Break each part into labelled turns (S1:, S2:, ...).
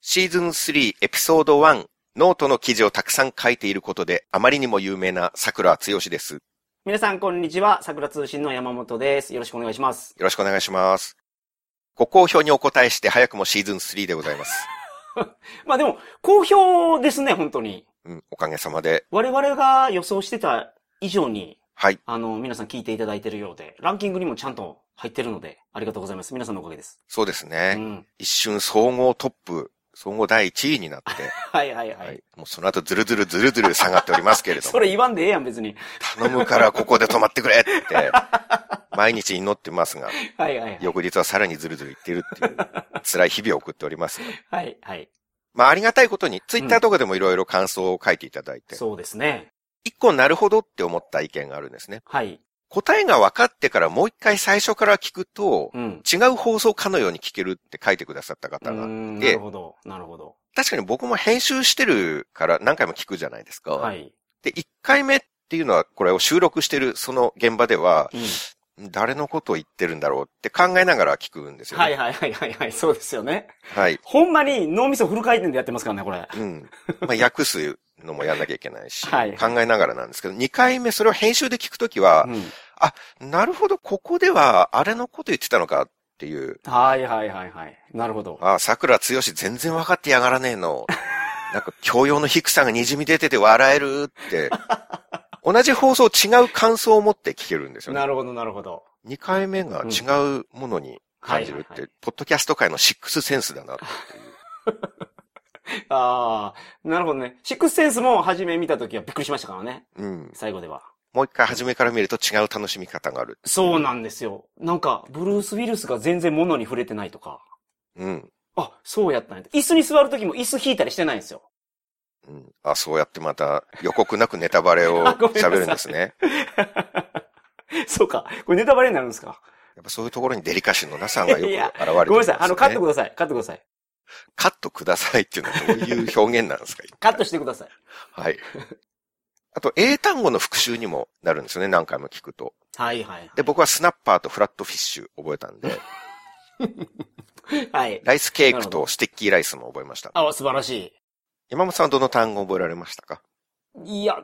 S1: シーズン3エピソード1ノートの記事をたくさん書いていることであまりにも有名な桜剛です。よ
S2: 皆さん、こんにちは。桜通信の山本です。よろしくお願いします。
S1: ろしくお願いします。ご好評にお答えして早くもシーズン3でございます。
S2: まあでも、好評ですね、本当に。
S1: うん、おかげさまで。
S2: 我々が予想してた以上に、
S1: はい。
S2: あの、皆さん聞いていただいてるようで、ランキングにもちゃんと入ってるので、ありがとうございます。皆さんのおかげです。
S1: そうです
S2: う
S1: ね。
S2: ん。
S1: 一瞬総合トップ、総合第1位になって、
S2: はいはいはい。
S1: はい。もうその後ずるずるずるずる下がっておりますけれど
S2: そ
S1: も、
S2: れ言わんでええやん、別に。
S1: 頼むからここで止まってくれって、毎日祈ってますが、
S2: はいはいはい。
S1: 翌日はさらにずるずるいってるっていう、辛い日々を送っておりますが。
S2: はいはい。
S1: まあ、ありがたいことに、ツイッターとかでもいろいろ感想を書いていただいて、
S2: そうですね。
S1: 一個なるほどって思った意見があるんですね。
S2: はい。
S1: 答えが分かってからもう一回最初から聞くと、
S2: うん。
S1: 違う放送かのように聞けるって書いてくださった
S2: うー
S1: 方が、
S2: んなるほど。なるほど。
S1: 確かに僕も編集してるから何回も聞くじゃないですか。
S2: はい。
S1: で、一回目っていうのは、これを収録してるその現場では、
S2: うん。
S1: 誰のことを言ってるんだろうって考えながら聞くんですよ、
S2: はい
S1: ね。
S2: はいはいはいはい。そうですよね。
S1: はい。
S2: ほんまに脳みそフル回転でやってますからね、これ。
S1: うん。まあ、訳すのもやんなきゃいけないし、
S2: はい
S1: 考えながらなんですけど、2回目それを編集で聞くときは
S2: う、ん。
S1: なるほど、ここではあれのこと言ってたのかっていう、
S2: はいはいはいはい。なるほど。
S1: ああ、桜剛全然分かってやがらねえの。なんか教養の低さが滲み出てて笑えるって。同じ放送違う感想を持って聞けるんですよね
S2: な。るほどなるほど。
S1: 2回目が違うものに感じるって、
S2: はいはい
S1: ポッドキャスト界のシックスセンスだなっていう。
S2: ああ、なるほどね。シックスセンスも初め見たときはびっくりしましたからね。
S1: うん。
S2: 最後では。
S1: もう一回初めから見ると違う楽しみ方がある。
S2: そうなんですよ。なんか、ブルース・ウィルスが全然物に触れてないとか。
S1: うん。
S2: あ、そうやったね。椅子に座るときも椅子引いたりしてないんですよ。
S1: うん、あ、そうやってまた予告なくネタバレを
S2: あごめんなさい
S1: 喋るんですね。
S2: そうか。これネタバレになるんですか。
S1: やっぱそういうところにデリカシーのなさがよく
S2: いや
S1: 現れてます、ね。
S2: ごめんなさい。あの、カットください。カットください。
S1: カットくださいっていうのはどういう表現なんですか
S2: カットしてください。
S1: はい。あと、英単語の復習にもなるんですよね、何回も聞くと。
S2: はいはい
S1: で、僕はスナッパーとフラットフィッシュ覚えたん で、
S2: はい。はい。
S1: ライスケーキ
S2: なるほ
S1: とスティッキーライスも覚えました。
S2: あ、素晴らし
S1: 山本さんはどの単語覚えられましたか
S2: い。いや、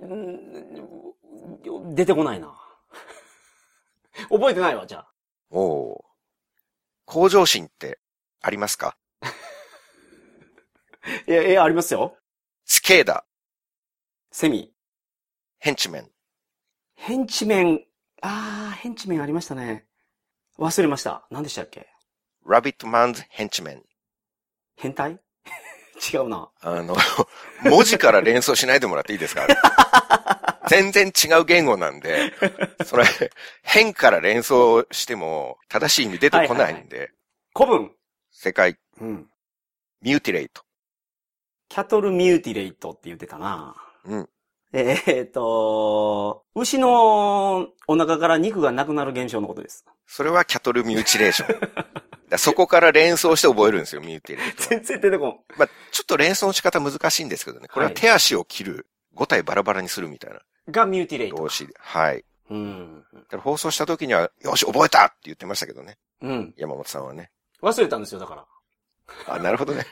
S2: うん出てこないな。 覚えてないわ、じゃあ。
S1: おおー。向上心ってありますか
S2: いや、いや、ありますよ。
S1: スケーダ、
S2: セミ。
S1: ヘンチメン、
S2: ヘンチメン。あー、ヘンチメンありましたね。忘れました。何でしたっけ
S1: ラビットマンズヘンチメン。
S2: 変態 違うな。
S1: あの、 文字から連想しないでもらっていいですか 全然違う言語なんで、それ、変から連想しても正しい意味出てこないんで、
S2: 古文。
S1: 世界、
S2: うん。
S1: ミューティレイト。
S2: キャトルミューティレイトって言ってたな。
S1: うん。
S2: え ーっと、牛のお腹から肉がなくなる現象のことです。
S1: それはキャトルミューチレーション。だからそこから連想して覚えるんですよ、ミューティレイ トは。
S2: 全然出てこん。
S1: まあ、ちょっと連想の仕方難しいんですけどね。これは
S2: はい
S1: 手足を切る、5体バラバラにするみたいな
S2: がミューティレイト
S1: 動。詞で。はい。
S2: うん。
S1: だから放送した時には、よし、覚えたって言ってましたけどね。
S2: うん。
S1: 山本さんはね。
S2: 忘れたんですよ、だか
S1: あ、なるほどね。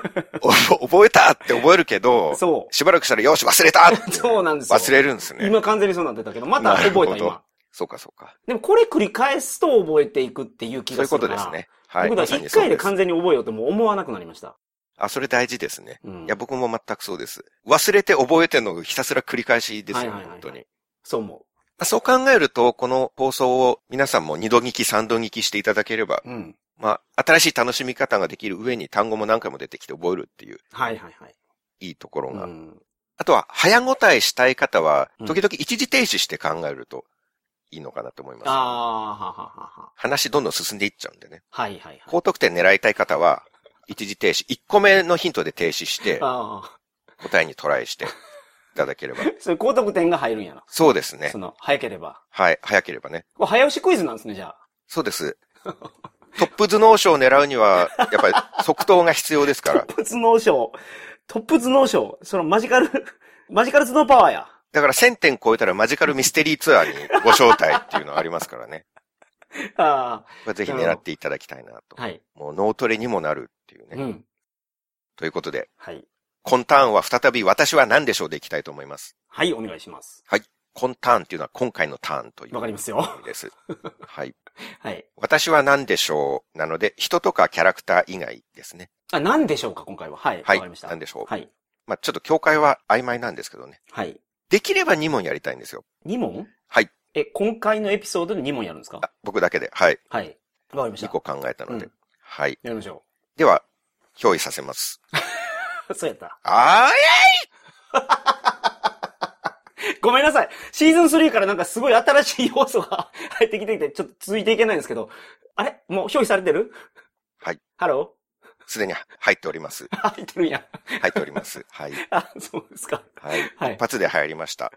S1: お覚えたって覚えるけど
S2: ら。、そ
S1: しばらくしたら、よし、忘れたって
S2: う。そうなんですよ。
S1: 忘れるんですね。
S2: 今完全にそうなってたけど、また覚え
S1: な
S2: た、
S1: るほど
S2: 今。
S1: そうか、そうか。
S2: でもこれ繰り返すと覚えていくっていう気
S1: そうい
S2: が
S1: う
S2: す
S1: こと
S2: るから。
S1: ですね。はい。
S2: 僕だ
S1: ま
S2: か
S1: さ
S2: ら
S1: に
S2: 一
S1: そう
S2: 回
S1: で
S2: です完全に覚えようとも思わなくなりました。
S1: あ、それ大事ですね。
S2: うん
S1: いや、僕も全くそうです。忘れて覚えてんのひたすら繰り返しですよ、
S2: はいはいは
S1: 本
S2: い
S1: 当に。
S2: そう思
S1: まあそう考えると、この放送を皆さんも二度聞き、三度聞きしていただければ、
S2: う。うん。
S1: まあ、新しい楽しみ方ができる上に単語も何回も出てきて覚えるっていう、
S2: はいはいはい。
S1: いいところ
S2: う
S1: が。
S2: ん、
S1: あとは、早答えしたい方は
S2: う、ん
S1: 時々一時停止して考えるといいのかなと思います。
S2: ああ、はははは。
S1: 話どんどん進んでいっちゃうんでね。
S2: はいはいはい。
S1: 高得点狙いたい方は、一時停止、1個目のヒントで停止して、
S2: ああ。
S1: 答えにトライしていただければ。
S2: それ高得点が入るんやな。
S1: そうですね
S2: そ。の、早ければ。
S1: はい、早ければね。
S2: これ早押しクイズなんですね、じゃあ。
S1: そうです。トップ頭脳賞を狙うには、やっぱり即答が必要ですから。
S2: トップ頭脳賞。トップ頭脳賞。そのマジカル、 マジカル頭脳パワーや。
S1: だから1000点超えたらマジカルミステリーツアーにご招待っていうのありますからね。
S2: あ
S1: これぜひ狙っていただきたいなと
S2: あ。。はい。
S1: もう脳トレにもなるっていうね。
S2: うん。
S1: ということで、
S2: はい。
S1: 今ターンは再び私は何でしょうでいきたいと思います。
S2: はい、お願いします。
S1: 今ターンっていうのは今回のターンという
S2: わかります
S1: 意
S2: よ。
S1: 味です。はい。
S2: はい。
S1: 私は何でしょうなので、人とかキャラクター以外ですね。
S2: あ、何でしょうか、今回は。はい。わ、
S1: はい
S2: かりました。
S1: 何でしょう
S2: はい。
S1: まあちょっと境界は曖昧なんですけどね。
S2: はい。
S1: できれば2問やりたいんですよ。
S2: 2問
S1: はい。
S2: え、今回のエピソードで2問やるんですか
S1: あ僕だけで。はい。
S2: はい。わかりました。
S1: 2個考えたので。
S2: うん
S1: はい。
S2: やりましょ
S1: では、憑依させます。
S2: う。 そうやった。
S1: あー
S2: ごめんなさい。シーズン3からなんかすごい新しい要素が 入ってきてきて、ちょっと続いていけないんですけど。あれもう表示されてる
S1: はい。
S2: ハロ
S1: すでに入っております。
S2: ー 入ってるんや。
S1: 入っており ます。はい。
S2: あ、そうですか。
S1: はい。
S2: はい
S1: 一発で入りました。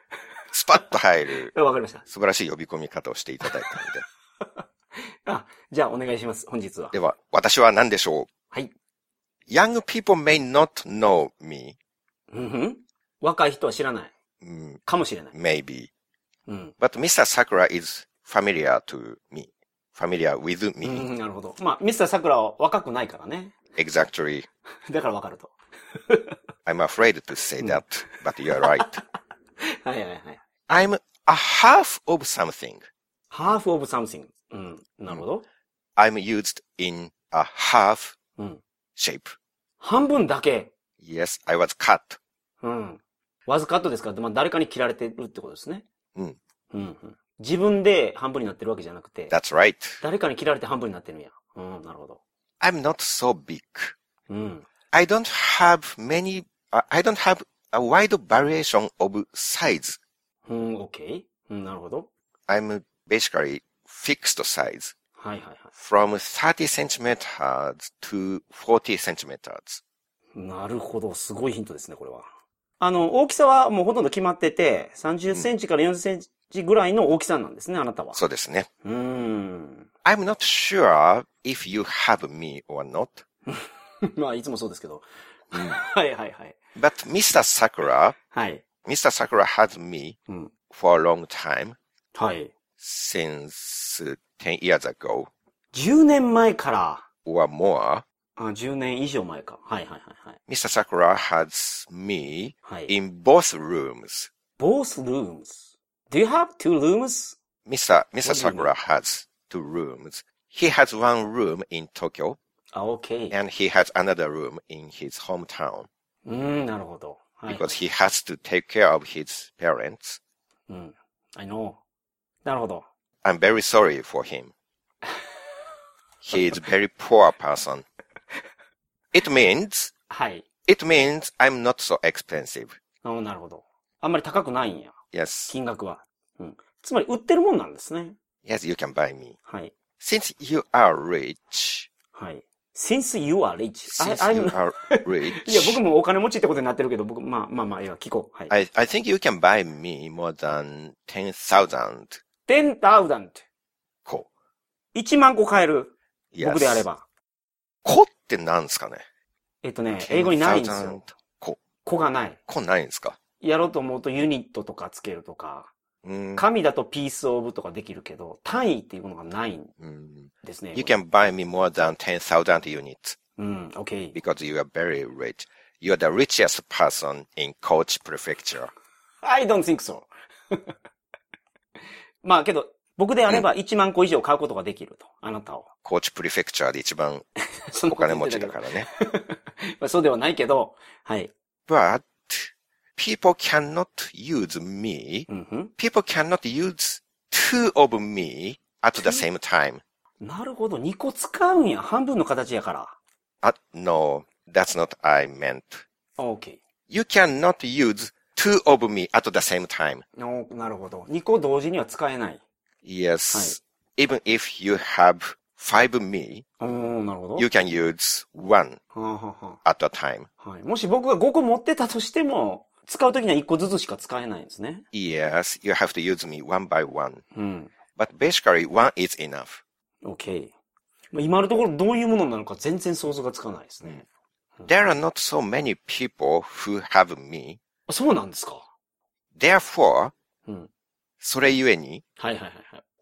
S1: スパッと入る、
S2: わかりました。
S1: 素晴らしい呼び込み方をしていただいたので。
S2: あ、じゃあお願いします、本日は
S1: で。は、私は何でしょう
S2: はい。
S1: Young people may not know me,
S2: うんふん。若い人は知らない。
S1: Mm,
S2: かもしれない。
S1: maybe,
S2: うん。
S1: but Mr. Sakura is familiar to me, familiar with
S2: う
S1: me.
S2: ん、なるほど。まあ、ミスター桜は若くないからね。
S1: Exactly.
S2: だからわかると。
S1: I'm afraid to say that, but you're right.
S2: はいはいはい。
S1: I'm a half of something.
S2: ハーフオブサムシング。うん。なるほど。
S1: I'm used in a half
S2: うん。
S1: shape.
S2: 半分だけ。
S1: Yes, I was cut.
S2: うん。わずかとですから、まあ、誰かに切られてるってことですね。
S1: うん。
S2: うん、うん。自分で半分になってるわけじゃなくて、
S1: That's right.
S2: 誰かに切られて半分になってるんや。うん、なるほど。
S1: I'm not so big.
S2: うん。
S1: I don't have many, uh, I don't have a wide variation of size.
S2: うん、オッケー。うん、なるほど。
S1: I'm basically fixed size.
S2: はいはいは
S1: from 30 centimeters to 40 centimeters.
S2: い。なるほど。すごいヒントですね、これは。あの、大きさはもうほとんど決まってて、30センチから40センチぐらいの大きさなんですね、あなたは。
S1: そうですね。
S2: うーん。
S1: I'm not sure if you have me or not,
S2: まあ、いつもそうですけど。 はいはいはい。
S1: but Mr. Sakura,
S2: はい。
S1: Mr. Sakura has me
S2: うん。
S1: for a long time,
S2: はい。
S1: since uh, 10 years ago
S2: 10年前から、
S1: or more.
S2: あ、10年以上前か。はいはいはいはい。
S1: Mr. Sakura has me
S2: はい。
S1: in both rooms.
S2: both rooms. Do you have two rooms?
S1: Mr.
S2: do you
S1: Mr. Sakura has two rooms. He has one room in Tokyo
S2: あ、OK。
S1: and he has another room in his hometown.
S2: うーん、なるほど。はい。
S1: because he has to take care of his parents.
S2: うん。I know. なるほど。
S1: I'm very sorry for him. he is a very poor person. It means,
S2: はい。
S1: it means I'm not so expensive.
S2: うん、なるほど。あんまり高くないんや。
S1: Yes,
S2: 金額は。うん。つまり、売ってるもんなんですね。
S1: yes, you can buy me.
S2: はい。
S1: Since you are rich,
S2: はい。since you are rich.
S1: since
S2: I,
S1: you
S2: I'm...
S1: are rich,
S2: いや、僕もお金持ちってことになってるけど、僕、まあまあまあ、いや、聞こう。はい。
S1: I, I think you can buy me more than 10,000
S2: 10,000。
S1: ko.
S2: 1万個買える。
S1: Yes.
S2: 僕であれば。
S1: ko ってなんですかね
S2: えっとね、英語にないんですよ。。
S1: ko。
S2: 子がない。
S1: ko ないんですか
S2: やろうと思うとユニットとかつけるとか、
S1: うん
S2: 紙だとピースオブとかできるけど、単位っていうものがないん
S1: うん
S2: ですね。
S1: You can buy me more than 10,000 units
S2: うん、OK。
S1: because you are very rich. You are the richest person in Kochi Prefecture.
S2: I don't think so. まあけど、僕であれば1万個以上買うことができると。あなたを。
S1: Kochi Prefecture で一番
S2: そ
S1: お
S2: んなこ
S1: 金
S2: と言っ
S1: 持
S2: て
S1: ち
S2: たけ
S1: だ
S2: ど
S1: からね。
S2: ま あそうではないけど、はい。
S1: But people cannot use me.
S2: うんふん
S1: People cannot use two of me at the same time.
S2: なるほど。2個使うんや。半分の形やから。
S1: Uh, no, that's not I meant.
S2: OK。
S1: You cannot use two of me at the same time.
S2: おなるほど。2個同時には使えない。
S1: Yes. Even if you have five me,
S2: おー、なるほど。
S1: you can use one
S2: はあはあはあ
S1: at a time.
S2: はい。もし僕が5個持ってたとしても、使うときには1個ずつしか使えないんですね。
S1: Yes, you have to use me one by one.
S2: うん。
S1: But basically, one is enough.
S2: OK。まあ今のところどういうものなのか全然想像がつかないですね。
S1: There are not so many people who have me.
S2: あそうなんですか。
S1: Therefore,
S2: うん。
S1: それゆえに、
S2: はいはいはい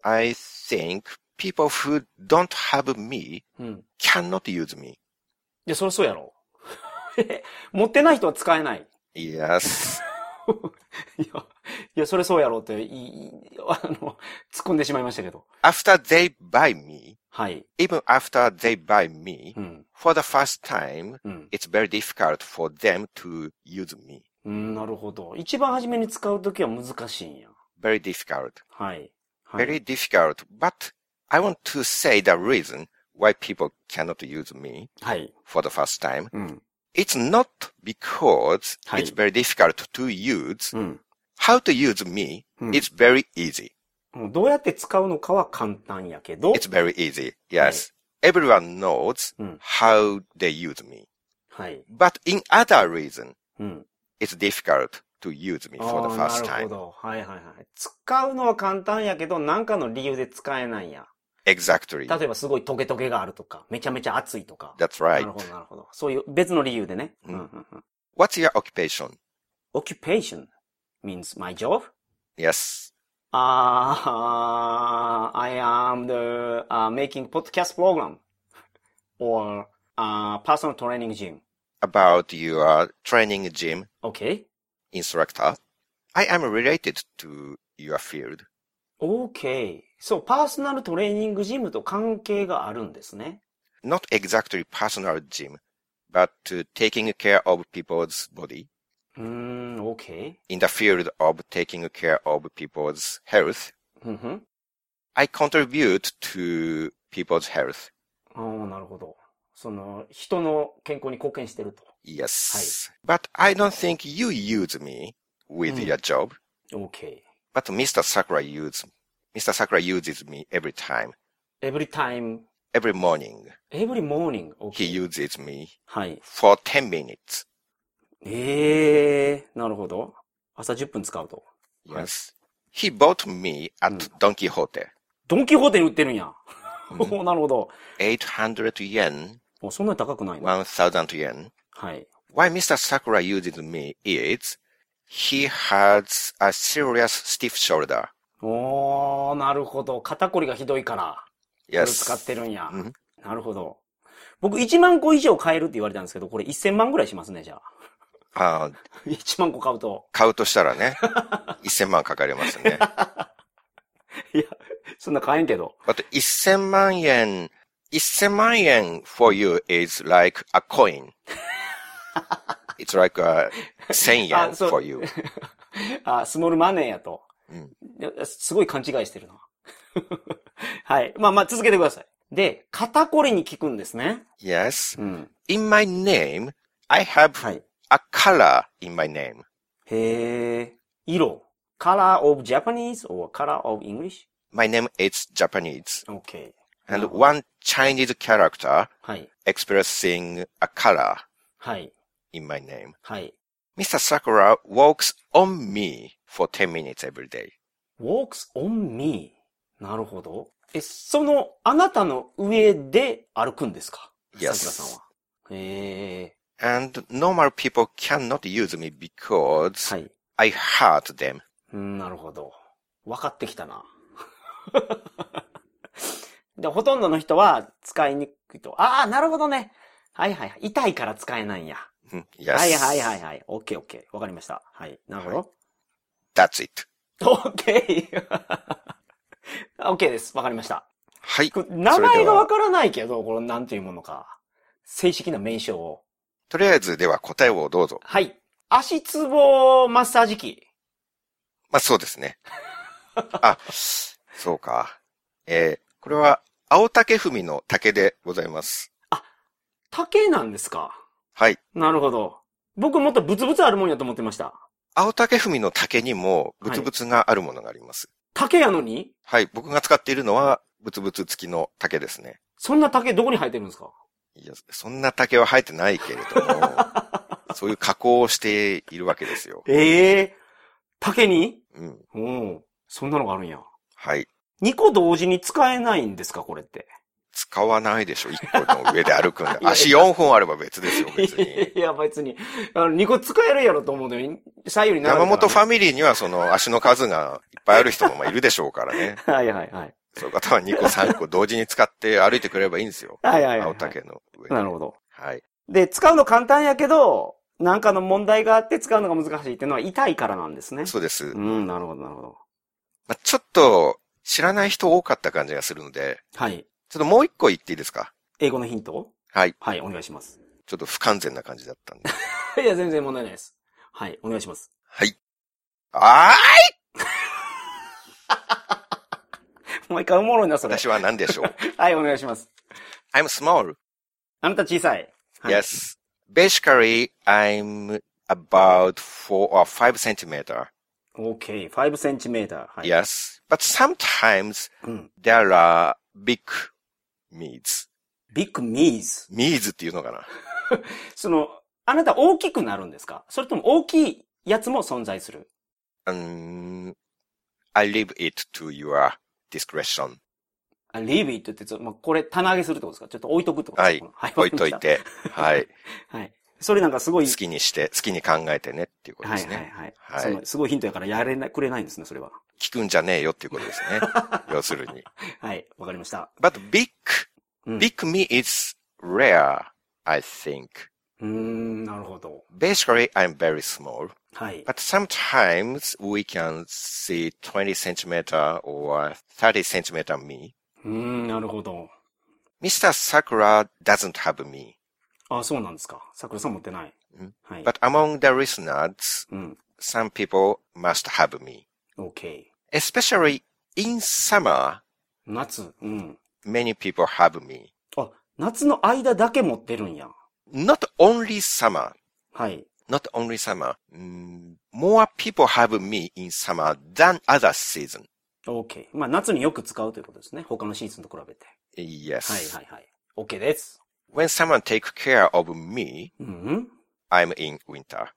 S2: はい。
S1: I think people who don't have me
S2: うん。
S1: cannot use me.
S2: いや、そりゃそうやろ。 れ、持ってない人は使えない。
S1: いや、す
S2: いや、いや、それそうやろうって、いい、 あの、突っ込んでしまいましたけど。
S1: after they buy me,
S2: はい。
S1: even after they buy me,
S2: うん。
S1: for the first time,
S2: うん。
S1: it's very difficult for them to use me.
S2: うん、なるほど。一番初めに使うときは難しいんや。
S1: Very difficult.
S2: はい。はい。
S1: Very difficult. But I want to say the reason why people cannot use me
S2: はい。
S1: for the first time.
S2: うん。
S1: It's not because
S2: はい。
S1: it's very difficult to use.
S2: うん。
S1: How to use me
S2: うん
S1: is very easy.
S2: もうどうやって使うのかは簡単やけど。
S1: It's very easy. Yes. Everyone knows
S2: うん。
S1: how they use me.
S2: はい。
S1: But in other reason,
S2: うん。
S1: it's difficult to use me
S2: あ
S1: for the
S2: あ
S1: first
S2: ーな
S1: time.
S2: るほど。はいはいはい。使うのは簡単やけど、何かの理由で使えないんや。
S1: Exactly.
S2: 例えばすごいトゲトゲがあるとか、めちゃめちゃ熱いとか。
S1: That's
S2: な
S1: right.
S2: るほどなるほど。そういう別の理由でね。
S1: うん
S2: うんうんうん
S1: What's your occupation?
S2: Occupation means my job.
S1: Yes.
S2: Uh, I am the uh, making podcast program or uh, personal training gym.
S1: About your training gym
S2: Okay.
S1: instructor. I am related to your field.
S2: Okay. そう、パーソナルトレーニングジムと関係があるんですね。
S1: Not exactly personal gym, but uh, taking care of people's body
S2: うーん、okay.
S1: in the field of taking care of people's health.
S2: うんふん。
S1: I contributeと people's health.
S2: ああ、なるほど。その、人の健康に貢献してる
S1: Yes. But I don't think you use me with
S2: うん
S1: your job.
S2: と。Okay.
S1: But Mr. Sakura use, Mr. Sakura uses me every time.
S2: Every time,
S1: Every morning,
S2: every morning.
S1: he
S2: Okay.
S1: uses me
S2: はい。
S1: for 10 minutes.
S2: ええー、なるほど。朝10分使うと。はい
S1: Yes. He bought me at Don Quixote.
S2: ドンキホーテに売ってるんや。
S1: うん
S2: おおなるほど。
S1: 800 yen,
S2: おそんなに高くないの
S1: 1000 yen.
S2: はい。
S1: Why Mr. Sakura uses me is he has a serious stiff shoulder.
S2: おー、なるほど。肩こりがひどいから、これ
S1: Yes.
S2: 使ってるんや
S1: うん。
S2: なるほど。僕1万個以上買えるって言われたんですけど、これ1000万ぐらいしますね、じゃあ。
S1: あー
S2: 1万個買うと。
S1: 買うとしたらね、1000万かかりますね。
S2: そんな買えんけど。
S1: But 1000万円、1000万円 for you is like a coin. It's like a 1000 yen
S2: あそう
S1: for you.
S2: あ、スモールマネーやと。
S1: うん
S2: で、すごい勘違いしてるな。 はい。まあまあ続けてください。で、肩こりに効くんですね。
S1: Yes.
S2: うん。
S1: In my name, I have
S2: はい。
S1: a color in my name.
S2: へえ。色。color of Japanese or color of English?
S1: My name is Japanese.
S2: Okay.
S1: and
S2: なるほど
S1: one Chinese character
S2: はい。
S1: expressing a color
S2: はい。
S1: in my name.
S2: はい。
S1: Mr. Sakura walks on me for 10 minutes every day.
S2: walks on me. なるほど。え、その、あなたの上で歩くんですか
S1: Yes.
S2: 桜さんは。へえ。
S1: And normal people cannot use me because
S2: はい。
S1: I hurt them.
S2: うんなるほど。分かってきたな。 で、ほとんどの人は使いにくいと。ああ、なるほどね。はいはいはい。痛いから使えないんや。
S1: Hmm, Yes.
S2: はいはいはいはい。オッケーオッケー。わかりました。はい。なるほど。
S1: That's it.
S2: オッケー。 オッケーです。わかりました。
S1: はい。
S2: これ名前がわからないけど、このなんていうものか。正式な名称を。
S1: とりあえずでは答えをどうぞ。
S2: はい。足つぼマッサージ機。
S1: まあそうですね。 あ、そうか。えーこれは青竹踏みの竹でございます。
S2: 竹なんですか。
S1: はい。
S2: なるほど。僕もっとブツブツあるもんやと思ってました。
S1: 青竹踏みの竹にもブツブツがあるものがあります。
S2: 竹やのに
S1: はい、僕が使っているのは、ブツブツ付きの竹ですね。
S2: そんな竹どこに生えてるんですか
S1: いや、そんな竹は生えてないけれども、そういう加工をしているわけですよ。
S2: ええ竹に
S1: うん。
S2: うん。そんなのがあるんや。
S1: はい。
S2: 2個同時に使えないんですかこれって。。
S1: 使わないでしょ、一個の上で歩くんだ
S2: いや
S1: 足4本あれば別ですよ、別に。
S2: いや、別に。あの、2個使えるやろと思うのに、左右に並べたらね
S1: 山本ファミリーにはその足の数がいっぱいある人もまあいるでしょうからね。
S2: はいはいはい。
S1: そういう方は2個3個同時に使って歩いてくれればいいんですよ。
S2: はいはいはいはい
S1: 青竹の上に。
S2: なるほど。
S1: はい。
S2: で、使うの簡単やけど、なんかの問題があって使うのが難しいっていうのは痛いからなんですね。
S1: そうです。ま
S2: うん、なるほど、なるほど。
S1: あ、ちょっと、知らない人多かった感じがするので、
S2: はい。
S1: ちょっともう一個言っていいですか
S2: 英語のヒント
S1: はい。
S2: はい、お願いします。
S1: ちょっと不完全な感じだったんで。
S2: いや、全然問題ないです。はい、お願いします。
S1: はい。あーい
S2: もう一回おもろいな、それ。
S1: 私は何でしょう
S2: はい、お願いします。
S1: ?I'm small.
S2: あなた小さい。はい
S1: Yes. Basically, I'm about four or five centimeter.
S2: Okay, 5 centimeter. はい。
S1: Yes. But sometimes
S2: うん。
S1: there are big meats.
S2: big knees.
S1: ミーズっていうのかな
S2: その、あなた大きくなるんですかそれとも大きいやつも存在する
S1: ?Um, I leave it to your discretion.
S2: ?I leave it って、ちょまあ、これ棚上げするってことですかちょっと置いとくってことですかはい
S1: 置いとい。
S2: わかり
S1: て。はい。
S2: ま したはい。それなんかすごい、
S1: 好きにして、好きに考えてねっていうこと
S2: は
S1: で
S2: い
S1: す
S2: は
S1: ね。
S2: いはい。
S1: はい
S2: そのすごいヒントやからやれな、くれないんですね、それは。
S1: 聞くんじゃねえよっていうことですね。 要するに。
S2: はい、わかりました。
S1: But big,
S2: うん
S1: big meat is rare, I think.
S2: うーん、なるほど。
S1: Basically, I'm very small,
S2: はい。
S1: but sometimes we can see 20 centimeter or 30 centimeter me.
S2: うーん、なるほど。
S1: Mr. Sakura doesn't have me,
S2: あ、そうなんですか。桜さん持ってない
S1: うん。
S2: はい。
S1: but among the listeners,
S2: うん。
S1: some people must have me.
S2: OK。
S1: Especially in summer,
S2: 夏。うん。
S1: many people have me.
S2: あ、夏の間だけ持ってるんや。
S1: Not only summer,
S2: はい。
S1: not only summer. Mm, more people have me in summer than other season.
S2: OK。まあ夏によく使うということですね。他のシーズンと比べて。
S1: Yes.
S2: はいはいはい。OK です。
S1: When someone takes care of me,
S2: うん、
S1: I'm in winter.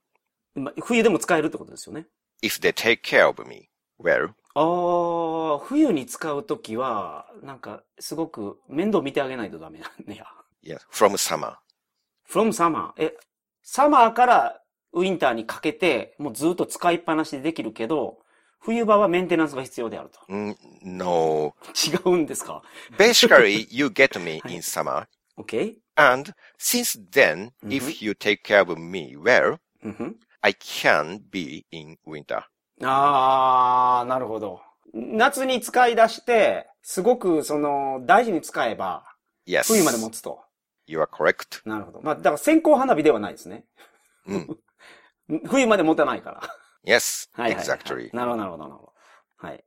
S2: うんまあ。冬でも使えるってことですよね。
S1: If they take care of me, well,
S2: あー、冬に使うときは、なんか、すごく面倒見てあげないとダメなんや。
S1: yeah, from summer.
S2: from summer. え、サマーからウィンターにかけて、もうずっと使いっぱなしでできるけど、冬場はメンテナンスが必要であると。
S1: Mm, no.
S2: 違うんですか
S1: Basically, you get me in summer.
S2: ?OK?
S1: And since then, if you take care of me, well,
S2: うんふん
S1: I can be in winter.
S2: あー、なるほど。夏に使い出して、すごく、その、大事に使えば、
S1: Yes.
S2: 冬まで持つと。
S1: You are correct.
S2: なるほど。まあ、だから線香花火ではないですね。
S1: うん
S2: 冬まで持たないから。
S1: Yes,
S2: はいはい、はい。
S1: exactly.
S2: なるほど、なるほど、なるほど。はい。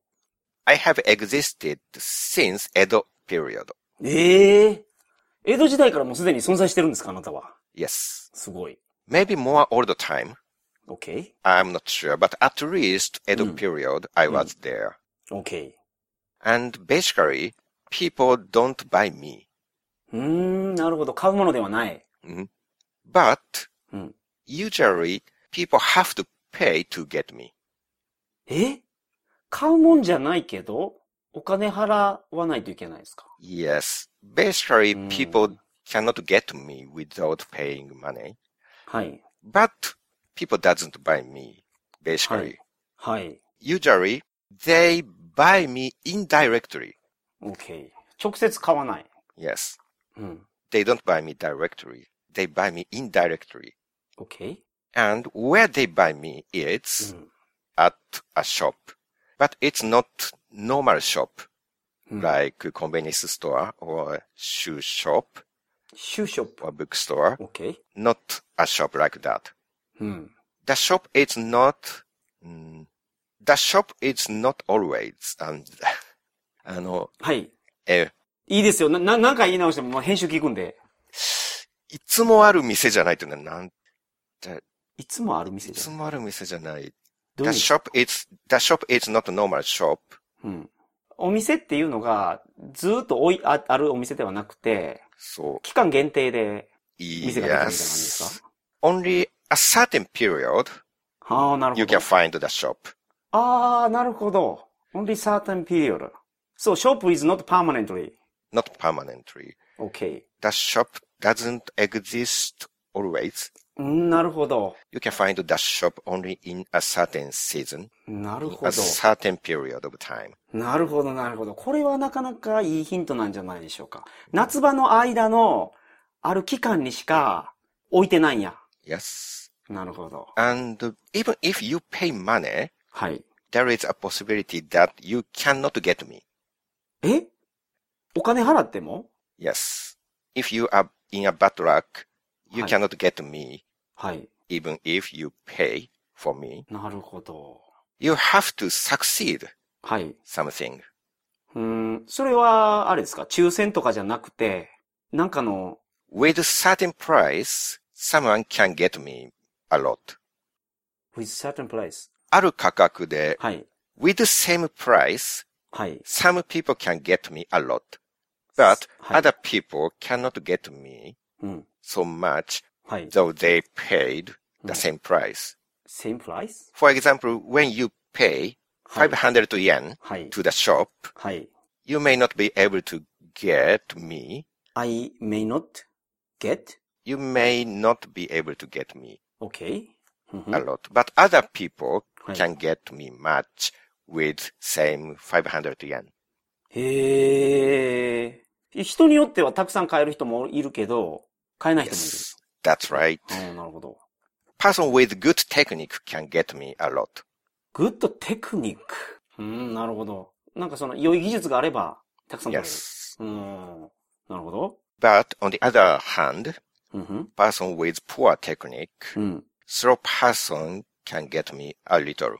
S1: I have existed since Edo period.
S2: ええー。江戸時代からもうすでに存在してるんですかあなたは。
S1: Yes.
S2: すごい。
S1: Maybe more all the time.
S2: OK?OK?、
S1: I'm not sure, but at least Edo period, I was there. And basically, people don't buy me.
S2: うーん、なるほど。買うものではない。
S1: Mhm. But
S2: うん。
S1: usually, people have to pay to get me.
S2: え買うもんじゃないけど、お金払わないといけないですか
S1: Yes. Basically,
S2: Mm.
S1: people cannot get me without paying money.
S2: はい。
S1: But people doesn't buy me, basically.
S2: はい。
S1: Usually, they buy me indirectly.
S2: OK。直接買わない。
S1: Yes.
S2: うん。
S1: They don't buy me directly. They buy me indirectly.
S2: OK?
S1: And where they buy me, it's
S2: うん。
S1: at a shop. But it's not normal shop,
S2: うん、
S1: like convenience store or shoe shop
S2: シューショップ。
S1: or bookstore.
S2: OK?
S1: Not a shop like that.
S2: うん。
S1: The shop is not, mm, the shop is not always, um, and, あの、
S2: はい。
S1: え、
S2: いいですよ。な、な、何回言い直しても、もう編集聞くんで。
S1: いつも ある店じゃないというのはなん、
S2: いつもある店
S1: い
S2: じゃ
S1: つ
S2: ん。
S1: もある店じゃない。
S2: ど
S1: The
S2: ういう意味
S1: shop is, the shop is not normal shop.
S2: うん。お店っていうのが、ずーっとおいあ、あるお店ではなくて、
S1: So,
S2: 期間限定で店ができるみたいな感じで
S1: yes.
S2: すか
S1: Only a certain period
S2: ああ、なる
S1: you
S2: ほど
S1: can。find the shop.
S2: ああ、なるほど。only certain period. So, shop is not permanently.
S1: Not permanently.
S2: OK.
S1: The shop doesn't exist always.
S2: うんなるほど。
S1: You can find the shop only in a certain season,
S2: なる
S1: in
S2: ほ
S1: a
S2: ど。
S1: certain period of time.
S2: なるほど、なるほど。これはなかなかいいヒントなんじゃないでしょうか。夏場の間の、ある期間にしか、置いてないんや。
S1: Yes.
S2: なるほど。
S1: And even if you pay money,
S2: はい。
S1: there is a possibility that you cannot get me.
S2: えお金払っても
S1: Yes. If you are in a bad luck, you
S2: はい
S1: cannot get me
S2: はい。
S1: even if you pay for me.
S2: なるほど。
S1: You have to succeed
S2: はい。う
S1: something.
S2: ーん。それは、あれですか抽選とかじゃなくて、なんかの、
S1: With a certain price, someone can get me a lot.
S2: with certain price.
S1: ある価格で、
S2: はい。
S1: with the same price,
S2: はい。
S1: some people can get me a lot. But
S2: はい
S1: other people cannot get me
S2: うん。
S1: so much,
S2: はい。
S1: though they paid the
S2: うん
S1: same price.
S2: same price?
S1: For example, when you pay
S2: はい。
S1: 500 yen
S2: はい。
S1: to the shop,
S2: はい。
S1: you may not be able to get me.
S2: I may not get?
S1: You may not be able to get me
S2: Okay. うんふん
S1: a lot, but other people
S2: はい
S1: can get me much with same 500 yen.
S2: へえ。人によってはたくさん買える人もいるけど、買えない人もいる。
S1: Yes, that's right.
S2: うんなるほど。
S1: Person with good technique can get me a lot.
S2: グッドテクニック。うん、なるほど。なんかその、良い技術があれば、たくさん買える。
S1: Yes.
S2: うん。なるほど。
S1: But on the other hand,
S2: うんふん。
S1: person with poor technique,
S2: うん。
S1: slow person can get me a little.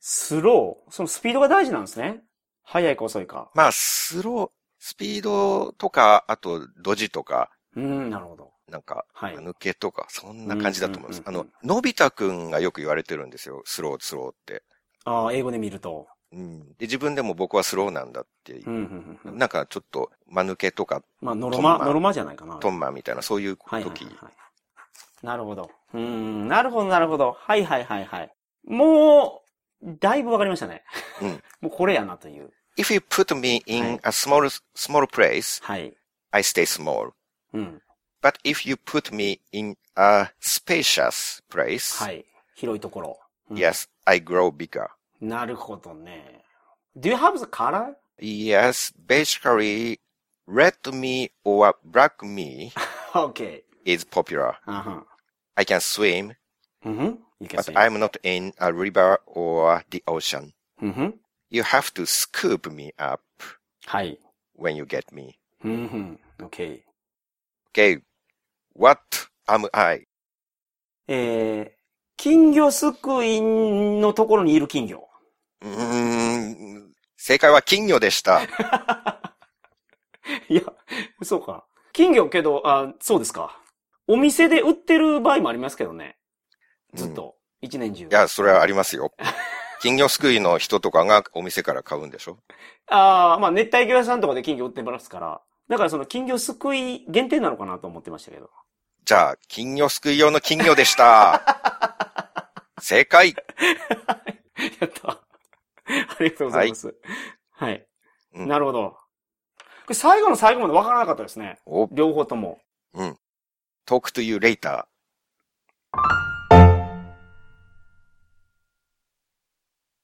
S2: スロー。そのスピードが大事なんですね。速いか遅いか。
S1: まあ、スロー、スピードとか、あと、ドジとか、
S2: うん、なるほど。
S1: なんか、
S2: はい。
S1: 抜けとか、そんな感じだと思います。
S2: うん
S1: あ
S2: うんうんう
S1: の
S2: ん、
S1: のび太くんがよく言われてるんですよ。スロー、スローって。
S2: ああ、英語で見ると。
S1: うん。で、自分でも僕はスローなんだって
S2: う。ん、うん、うん。
S1: なんか、ちょっと、間抜けとか、
S2: まあ、ノロ
S1: トン
S2: マ、
S1: マ
S2: ノロマじゃないかな。
S1: トンマみたいな、そういう
S2: はいはい
S1: 時。
S2: はい。なるほど。うーん、なるほど、なるほど。はいはいはいはい。もう、だいぶわかりましたね。
S1: うん
S2: もうこれやなという。
S1: If you put me
S2: は
S1: in
S2: い
S1: a small, small place,
S2: はい。
S1: I stay small.
S2: うん。
S1: But if you put me in a spacious place,
S2: はい。広いところ。うん
S1: yes, I grow bigger.
S2: なるほどね。Do you have the color?
S1: Yes, basically, red me or black me
S2: okay.
S1: is popular.
S2: あは
S1: I can swim,
S2: うんふん。You can
S1: but
S2: say.
S1: I'm not in a river or the ocean.
S2: うんふん。
S1: You have to scoop me up
S2: はい。
S1: when you get me.
S2: うんふん。Okay.
S1: Okay, what am I?
S2: えー、金魚すくいのところにいる金魚。
S1: うーん正解は金魚でした。
S2: いや、そうか。金魚けど、あ、そうですか。お店で売ってる場合もありますけどね。 ずっと。一年中
S1: い。や、それはあります よ。金魚すくいの人とかがお店から買うんでしょ
S2: ああ、まあ熱帯魚屋さんとかで金魚売ってますから。だからその金魚すくい限定なのかなと思ってましたけど。
S1: じゃあ、金魚すくい用の金魚でした。正解。
S2: やった。ありがとうございます。はい。
S1: うん
S2: なるほど。これ最後の最後までわからなかったですね。
S1: お、
S2: 両方とも。
S1: talk to you later.